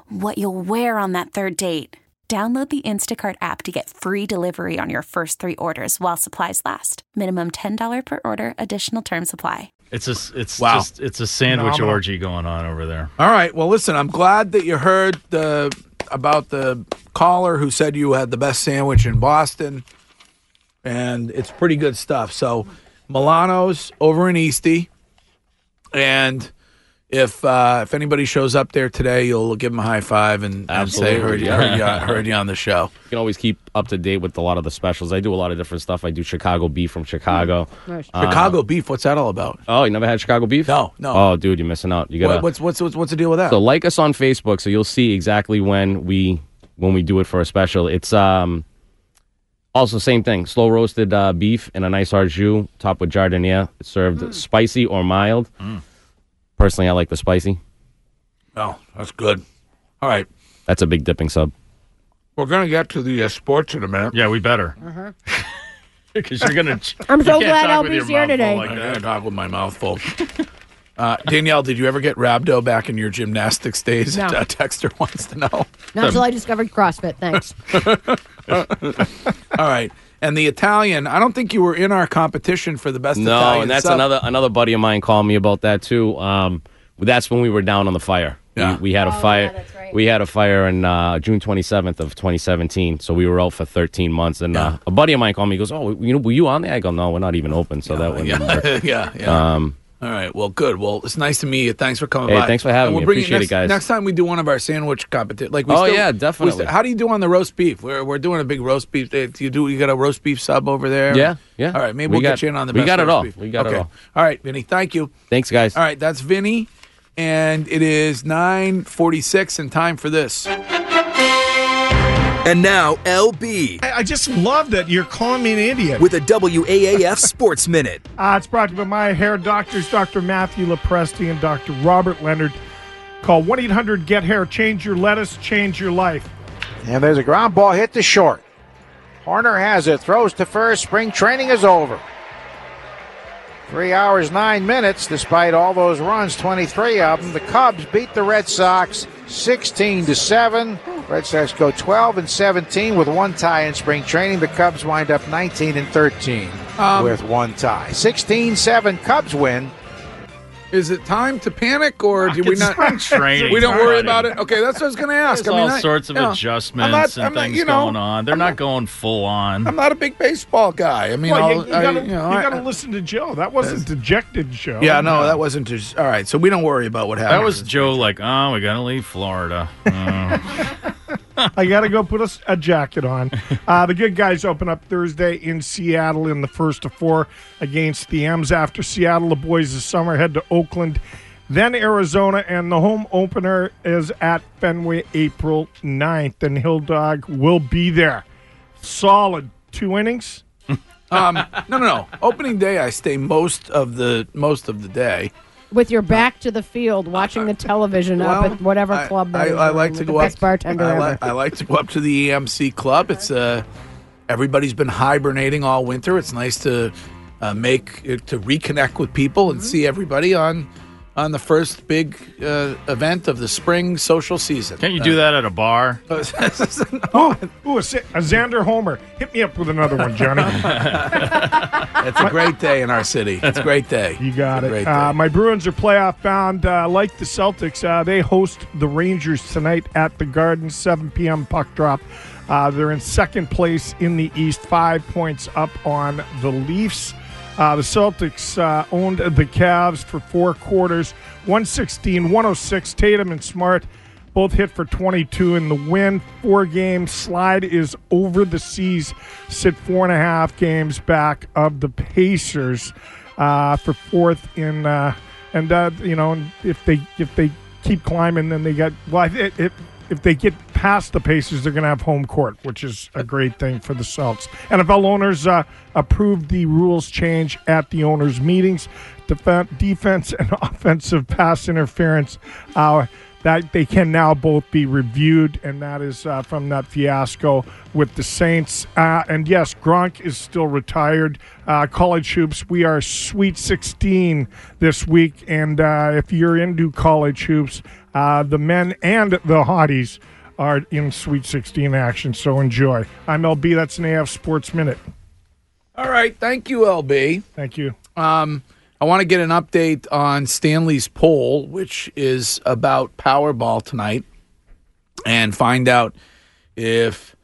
what you'll wear on that third date. Download the Instacart app to get free delivery on your first three orders while supplies last. Minimum $10 per order, additional term supply. It's a it's Wow. just it's a sandwich Phenomenal. orgy going on over there. All right. Well, listen, I'm glad that you heard the about the caller who said you had the best sandwich in Boston, and it's pretty good stuff. So, Milano's over in Eastie, and if uh, if anybody shows up there today, you'll give them a high five and, and say heard you, heard you, heard you on the show. You can always keep up to date with a lot of the specials. I do a lot of different stuff. I do Chicago beef from Chicago. Nice. Uh, Chicago beef. What's that all about? Oh, you never had Chicago beef? No, no. Oh, dude, you're missing out. You gotta. What, what's what's what's what's the deal with that? Oh, So like us on Facebook, so you'll see exactly when we when we do it for a special. It's um also same thing, slow roasted uh, beef and a nice hard jus, topped with jardiniere. It's served spicy or mild. Personally, I like the spicy. oh, that's good. All right. That's a big dipping sub. We're going to get to the uh, sports in a minute. Yeah, we better. Uh-huh. Because you're gonna. I'm you so can't glad talk with Albie's your mouth full here today. like I that. gotta talk with my mouth full. Uh, Danielle, did you ever get rhabdo back in your gymnastics days? No. Uh, Texter wants to know. Not until I discovered CrossFit. Thanks. All right. And the Italian, I don't think you were in our competition for the best no, Italian. and that's sub. another another buddy of mine called me about that too. Um, that's when we were down on the fire. Yeah. We, we Oh, had a fire. We had a fire in uh, June 27th of 2017. So we were out for 13 months. And uh, a buddy of mine called me. He goes, "Oh, you know, were you on there?" I go, "No, we're not even open." So that wouldn't Yeah, work. yeah, yeah. Um, All right. Well, good. Well, it's nice to meet you. Thanks for coming Hey, by. thanks for having And me. bring Appreciate it, next, guys. Next time we do one of our sandwich competition, like we Oh, still- yeah, we still- definitely. how do you do on the roast beef? We're we're doing a big roast beef. day. You do you got a roast beef sub over there? Yeah, yeah. All right. Maybe We we'll got- get you in on the. we best got it roast all. beef. We got it Okay. all. All right, Vinny. Thank you. Thanks, guys. All right, that's Vinny, and it is nine forty six, and time for this. And now, LB. I, just love that you're calling me an idiot. With a WAAF Sports Minute. Uh, it's brought to you by my hair doctors, Dr. Matthew Lepresti and Dr. Robert Leonard. Call 1 800 GET HAIR. Change your lettuce, change your life. And there's a ground ball hit to short. Horner has it, throws to first. Spring training is over. Three hours, nine minutes, despite all those runs, 23 of them. The Cubs beat the Red Sox 16 to 7. Red Sox go 12 and 17 with one tie in spring training. The Cubs wind up 19 and 13 Um, with one tie. 16 7 Cubs win. Is it time to panic or do we Rocket not spring training, We don't worry buddy. about it. Okay, that's what I was going to ask. There's I mean, all I- sorts of you know, I'm adjustments not- and I'm not- things you know, going on. They're not going full on. I'm not a big baseball guy. I mean, well, you, I'll- you I- gotta, you know, you I- gotta listen to Joe. That wasn't dejected, Joe. yeah, no, that wasn't just all right. So we don't worry about what happened. That was Joe. Like, oh, we gotta leave Florida. Mm. I got to go put a, s- a jacket on. Uh, the good guys open up Thursday in Seattle in the first of four against the M's. After Seattle, the boys this summer head to Oakland, then Arizona, and the home opener is at Fenway April 9th, and Hill Dog will be there. Solid two innings. um, no, no, no. Opening day, I stay most of the most of the day. With your back to the field, watching the television up well, at whatever I, club. that I, is I on like with to the go best up. bartender I, ever. li- I like to go up to the EMC club. It's uh, everybody's been hibernating all winter. It's nice to uh, make to reconnect with people and see everybody on on the first big uh, event of the spring social season. Uh, Can't you do that at a bar? Oh, ooh, a, Sa- a Xander Homer. Hit me up with another one, Johnny. It's a great day in our city. It's a great day. You got it. Uh, my Bruins are playoff bound. Uh, like the Celtics, uh, they host the Rangers tonight at the Garden, 7 p.m. puck drop. Uh, they're in second place in the East, five points up on the Leafs. Uh, the Celtics uh, owned the Cavs for four quarters 116, 106. Tatum and Smart both hit for 22 in the win. Four game slide is over the seas. Sit four and a half games back of the Pacers uh, for fourth in, uh, and uh, you know, and if they if they keep climbing, then they got well. If, if if they get past the Pacers, they're going to have home court, which is a great thing for the Celtics. NFL owners uh, approved the rules change at the owners' meetings. Defe- defense and offensive pass interference. Uh, that they can now both be reviewed, and that is uh, from that fiasco with the Saints. Uh, and yes, Gronk is still retired. Uh, college hoops, we are Sweet 16 this week, and uh, if you're into college hoops, Uh, the men and the hotties are in Sweet 16 action, so enjoy. I'm LB, that's an AF Sports Minute. All right, thank you, LB. Thank you. Um, I want to get an update on Stanley's poll, which is about Powerball tonight, and find out if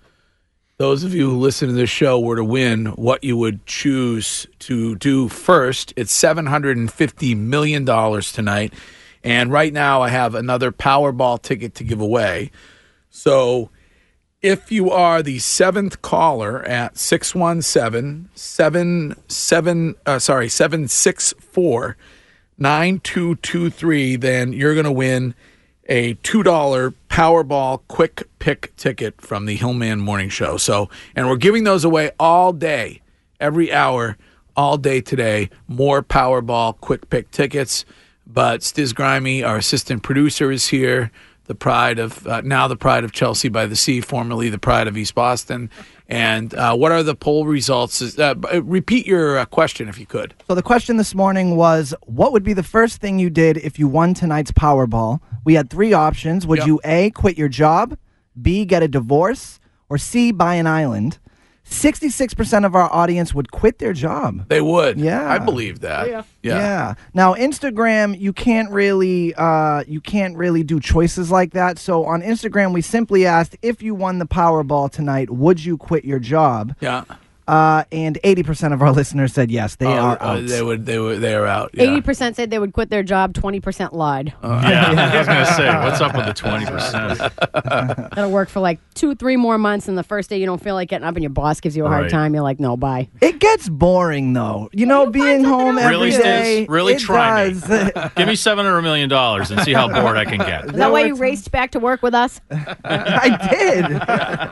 those of you who listen to this show were to win, what you would choose to do first. It's $750 million tonight. And right now, I have another Powerball ticket to give away. So if you are the seventh caller at 617 77 uh, sorry 764 9223 then you're going to win a $2 powerball quick pick ticket from the hillman morning show so and we're giving those away all day every hour all day today more powerball quick pick tickets but stiz grimy our assistant producer is here the pride of uh, now the pride of Chelsea by the Sea, formerly the pride of East Boston. And uh, what are the poll results? Is- Uh, b- repeat your uh, question if you could. So the question this morning was, what would be the first thing you did if you won tonight's Powerball? We had three options. Would Yep. you A, quit your job, B, get a divorce, or C, buy an island? 66% of our audience would quit their job. They would. Yeah. I believe that. yeah. Yeah. Now Instagram, you can't really uh, you can't really do choices like that. So on Instagram, we simply asked if you won the Powerball tonight, would you quit your job? Yeah. Uh, and eighty percent of our listeners said yes, they Oh, are uh, out. they would. They would. They are out. Eighty Yeah. percent said they would quit their job. Twenty percent lied. yeah, I was gonna say, what's up with the twenty percent? That'll work for like two, three more months, and the first day you don't feel like getting up, and your boss gives you a hard Right. time. You're like, no, bye. It gets boring though. You know, being home every Really, day. Stiz? Really it try does. me. Give me seven or a million dollars and see how bored I can get. Is that why you raced back to work with us? I did.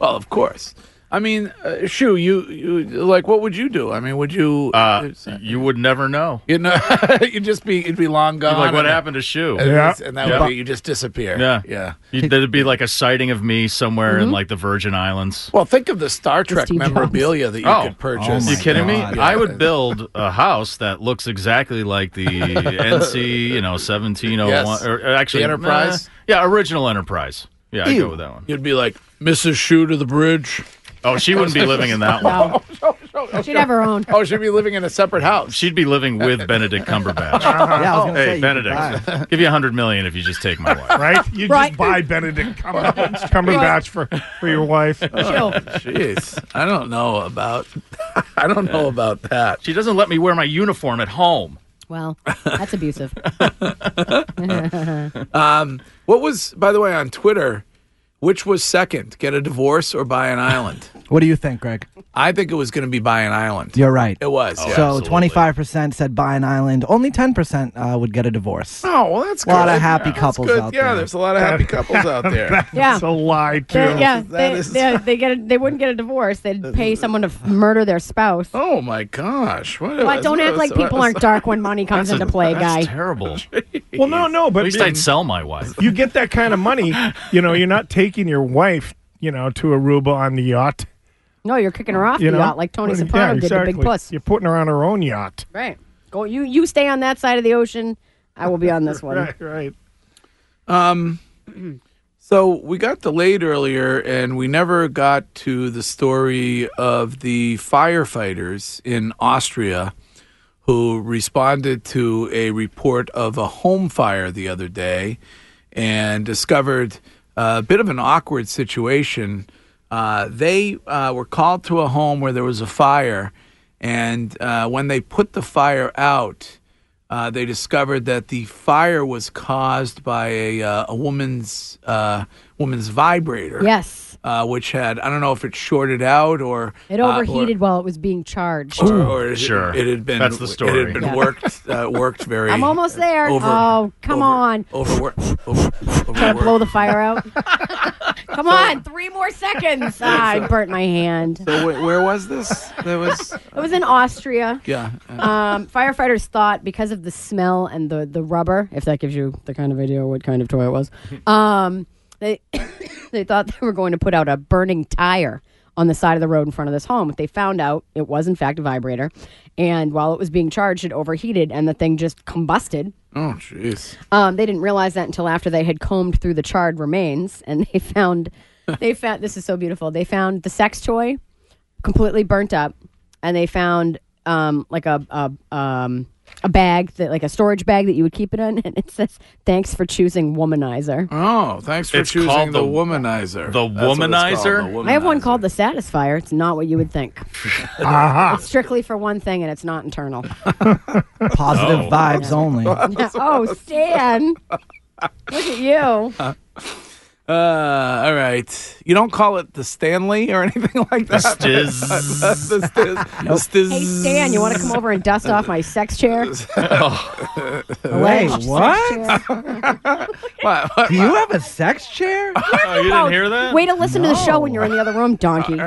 Well, of course. I mean, uh, Shu, you, you like what would you do? I mean, would you? Uh, you would never know. You know, you'd just be. You'd be long gone. like, what and- happened to Shu? And, Yeah. and that Yeah. would be you just disappear. Yeah, Yeah. You, there'd be like a sighting of me somewhere in Mhm. like the Virgin Islands. Well, think of the Star Trek memorabilia that you oh. could purchase. you kidding Yeah. me? I would build a house that looks exactly like the NC, you know, seventeen oh Yes. one, or or actually The Enterprise? nah, yeah, original Enterprise. Yeah, I Ew. go with that one. You'd be like Mrs. Shoe to the bridge. Oh, she wouldn't be living in that one. She'd have her own. Oh, she'd be living in a separate house. She'd be living with Benedict Cumberbatch. Yeah, I was gonna say, hey, you could Benedict, give you a hundred million if you just take my wife. Right? You just buy Benedict Cumberbatch, Cumberbatch for, for your wife. Jeez, I don't know about. I don't know about that. She doesn't let me wear my uniform at home. Well, that's abusive. Um, what was, by the way, on Twitter? Which was second? Get a divorce or buy an island? What do you think, Greg? I think it was going to be buy an island. You're right. Oh, It was. yeah. Oh, so twenty five percent said buy an island. Only ten percent uh, would get a divorce. Oh well, that's A lot good. of happy Yeah, that's couples good. out yeah, there. there's a lot of happy couples out there. Yeah. It's a lie, too. They- yeah, they, they, they get a, they wouldn't get a divorce. They'd pay someone to f- murder their spouse. Oh my gosh! What? Well, don't act like people aren't dark when money comes into play, guy. terrible. Well, no, no, but At least I'd sell my wife. you get that kind of money, you know, you're not taking your wife, you know, to Aruba on the yacht. No, you're kicking her off you the know? yacht like Tony Yeah, Soprano did to Big exactly. Puss. You're putting her on her own yacht. Right. Go. You you stay on that side of the ocean. I will be on this one. Right, right. Um, so we got delayed earlier, and we never got to the story of the firefighters in Austria who responded to a report of a home fire the other day and discovered a bit of an awkward situation. Uh, they uh, were called to a home where there was a fire, and uh, when they put the fire out, uh, they discovered that the fire was caused by a, uh, a woman's uh, woman's vibrator. Yes. uh, which had I don't know if it shorted out or It uh, or- overheated while it was being charged. or, or it, Sure. it had been That's the It story. had been Yeah. worked uh, worked very. I'm almost there. Over- oh, come on. overworked. Over, Can't blow the fire out. Come on, three more seconds. Ah, I burnt my hand. So wh- where was this? There was. It was in Austria. Yeah. Um, firefighters thought because of the smell and the, the rubber, if that gives you the kind of idea what kind of toy it was, um, they they thought they were going to put out a burning tire on the side of the road in front of this home. But they found out it was in fact a vibrator, and while it was being charged, it overheated and the thing just combusted. Oh, jeez. Um, they didn't realize that until after they had combed through the charred remains, and they found they found this is so beautiful. They found the sex toy completely burnt up, and they found um, like a, a um a bag that like a storage bag that you would keep it in, and it says "Thanks for choosing womanizer." Oh, thanks for It's choosing called the, the- womanizer. the That's what it's called, womanizer? the I have one called the Satisfier. It's not what you would think. Aha. It's strictly for one thing, and it's not internal. Positive vibes only. oh, Stan! Look at you. Uh, all right. You don't call it the Stanley or anything like that. Stiz. the Stiz. The Stiz. Hey, Stan, you want to come over and dust off my sex chair? Oh. Wait, Sex Oh, what? chair. Do you have a sex chair? Oh, you didn't hear that? Way to listen to the show when you're in the other room, donkey.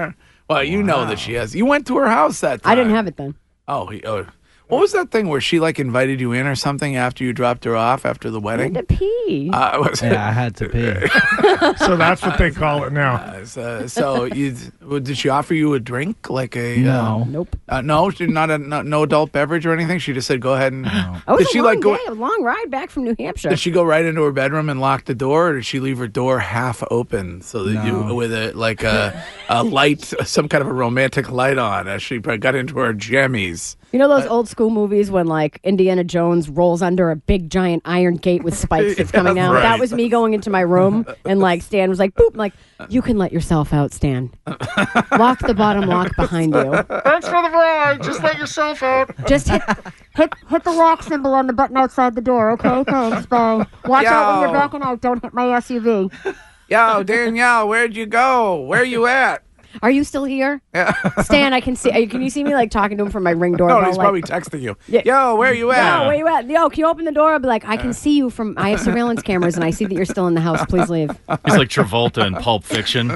Well, you know that she has. You went to her house that time. I didn't have it then. Oh, he, oh. What was that thing where she like invited you in or something after you dropped her off after the wedding? had to pee. Uh, was Yeah, I had to pee. so that's what they call it now. so, so you, well, did she offer you a drink like a No. Uh, nope. Uh, no, she, not a no, no adult beverage or anything. She just said go ahead and. Oh, it was Did a she long like go? day, a long ride back from New Hampshire. Did she go right into her bedroom and lock the door, or did she leave her door half open so that you with a like a a light, some kind of a romantic light on as she got into her jammies? you know those old school movies when like Indiana Jones rolls under a big giant iron gate with spikes that's coming Yeah, out? right. That was me going into my room and like Stan was like, boop, I'm like, Uh, you can let yourself out, Stan. Lock the bottom lock behind you. Thanks for the ride. Just let yourself out. Just hit hit hit the lock symbol on the button outside the door, okay? Thanks, bye. Watch out when Yo. you're backing out. Don't hit my SUV. Yo, Danielle, where'd you go? Where you at? Are you still here? Stan, I can see. uh, Can you see me like talking to him from my ring doorbell? No, he's like, probably texting you. Yo, where you at? Yo, where you at? Yo, can you open the door? I'll be like, I can see you from. I have surveillance cameras, and I see that you're still in the house. Please leave. He's like Travolta in Pulp Fiction.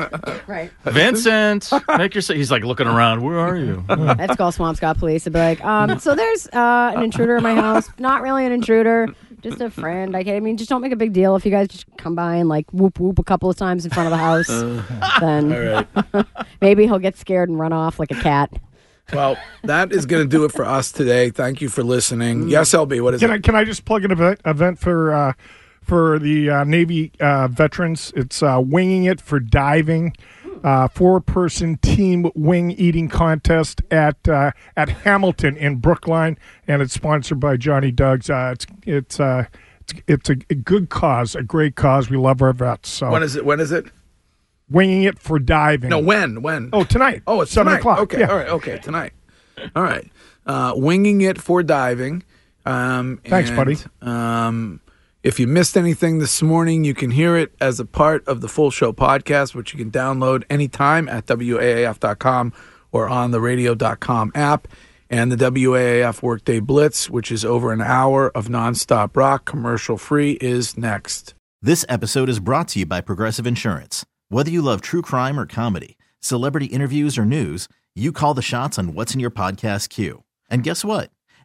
Right. Vincent, make your. He's like looking around. Where are you? Let's call Swamp Scott Police and be like, um, so there's uh, an intruder in my house. Not really an intruder, just a friend. I, can, I mean, just don't make a big deal if you guys just come by and like whoop whoop a couple of times in front of the house. then maybe he'll get scared and run off like a cat. Well, that is going to do it for us today. Thank you for listening. Yes, LB, what is Can it? I can I just plug an event, event for uh, for the uh, Navy uh, veterans? It's uh, winging it for diving. Uh, four-person team wing eating contest at uh, at Hamilton in Brookline, and it's sponsored by Johnny Doug's. Uh, it's it's uh, it's, it's a, a good cause, a great cause. We love our vets. So when is it? When is it? winging it for diving? No, when? When? Oh, tonight. Oh, it's seven tonight. o'clock. Okay, Yeah. all right. Okay, tonight. All right. Uh, winging it for diving. Um, Thanks, buddy. Um, if you missed anything this morning, you can hear it as a part of the full show podcast, which you can download anytime at waaf.com or on the radio.com app. And the WAAF Workday Blitz, which is over an hour of nonstop rock, commercial free, is next. This episode is brought to you by Progressive Insurance. Whether you love true crime or comedy, celebrity interviews or news, you call the shots on what's in your podcast queue. And guess what?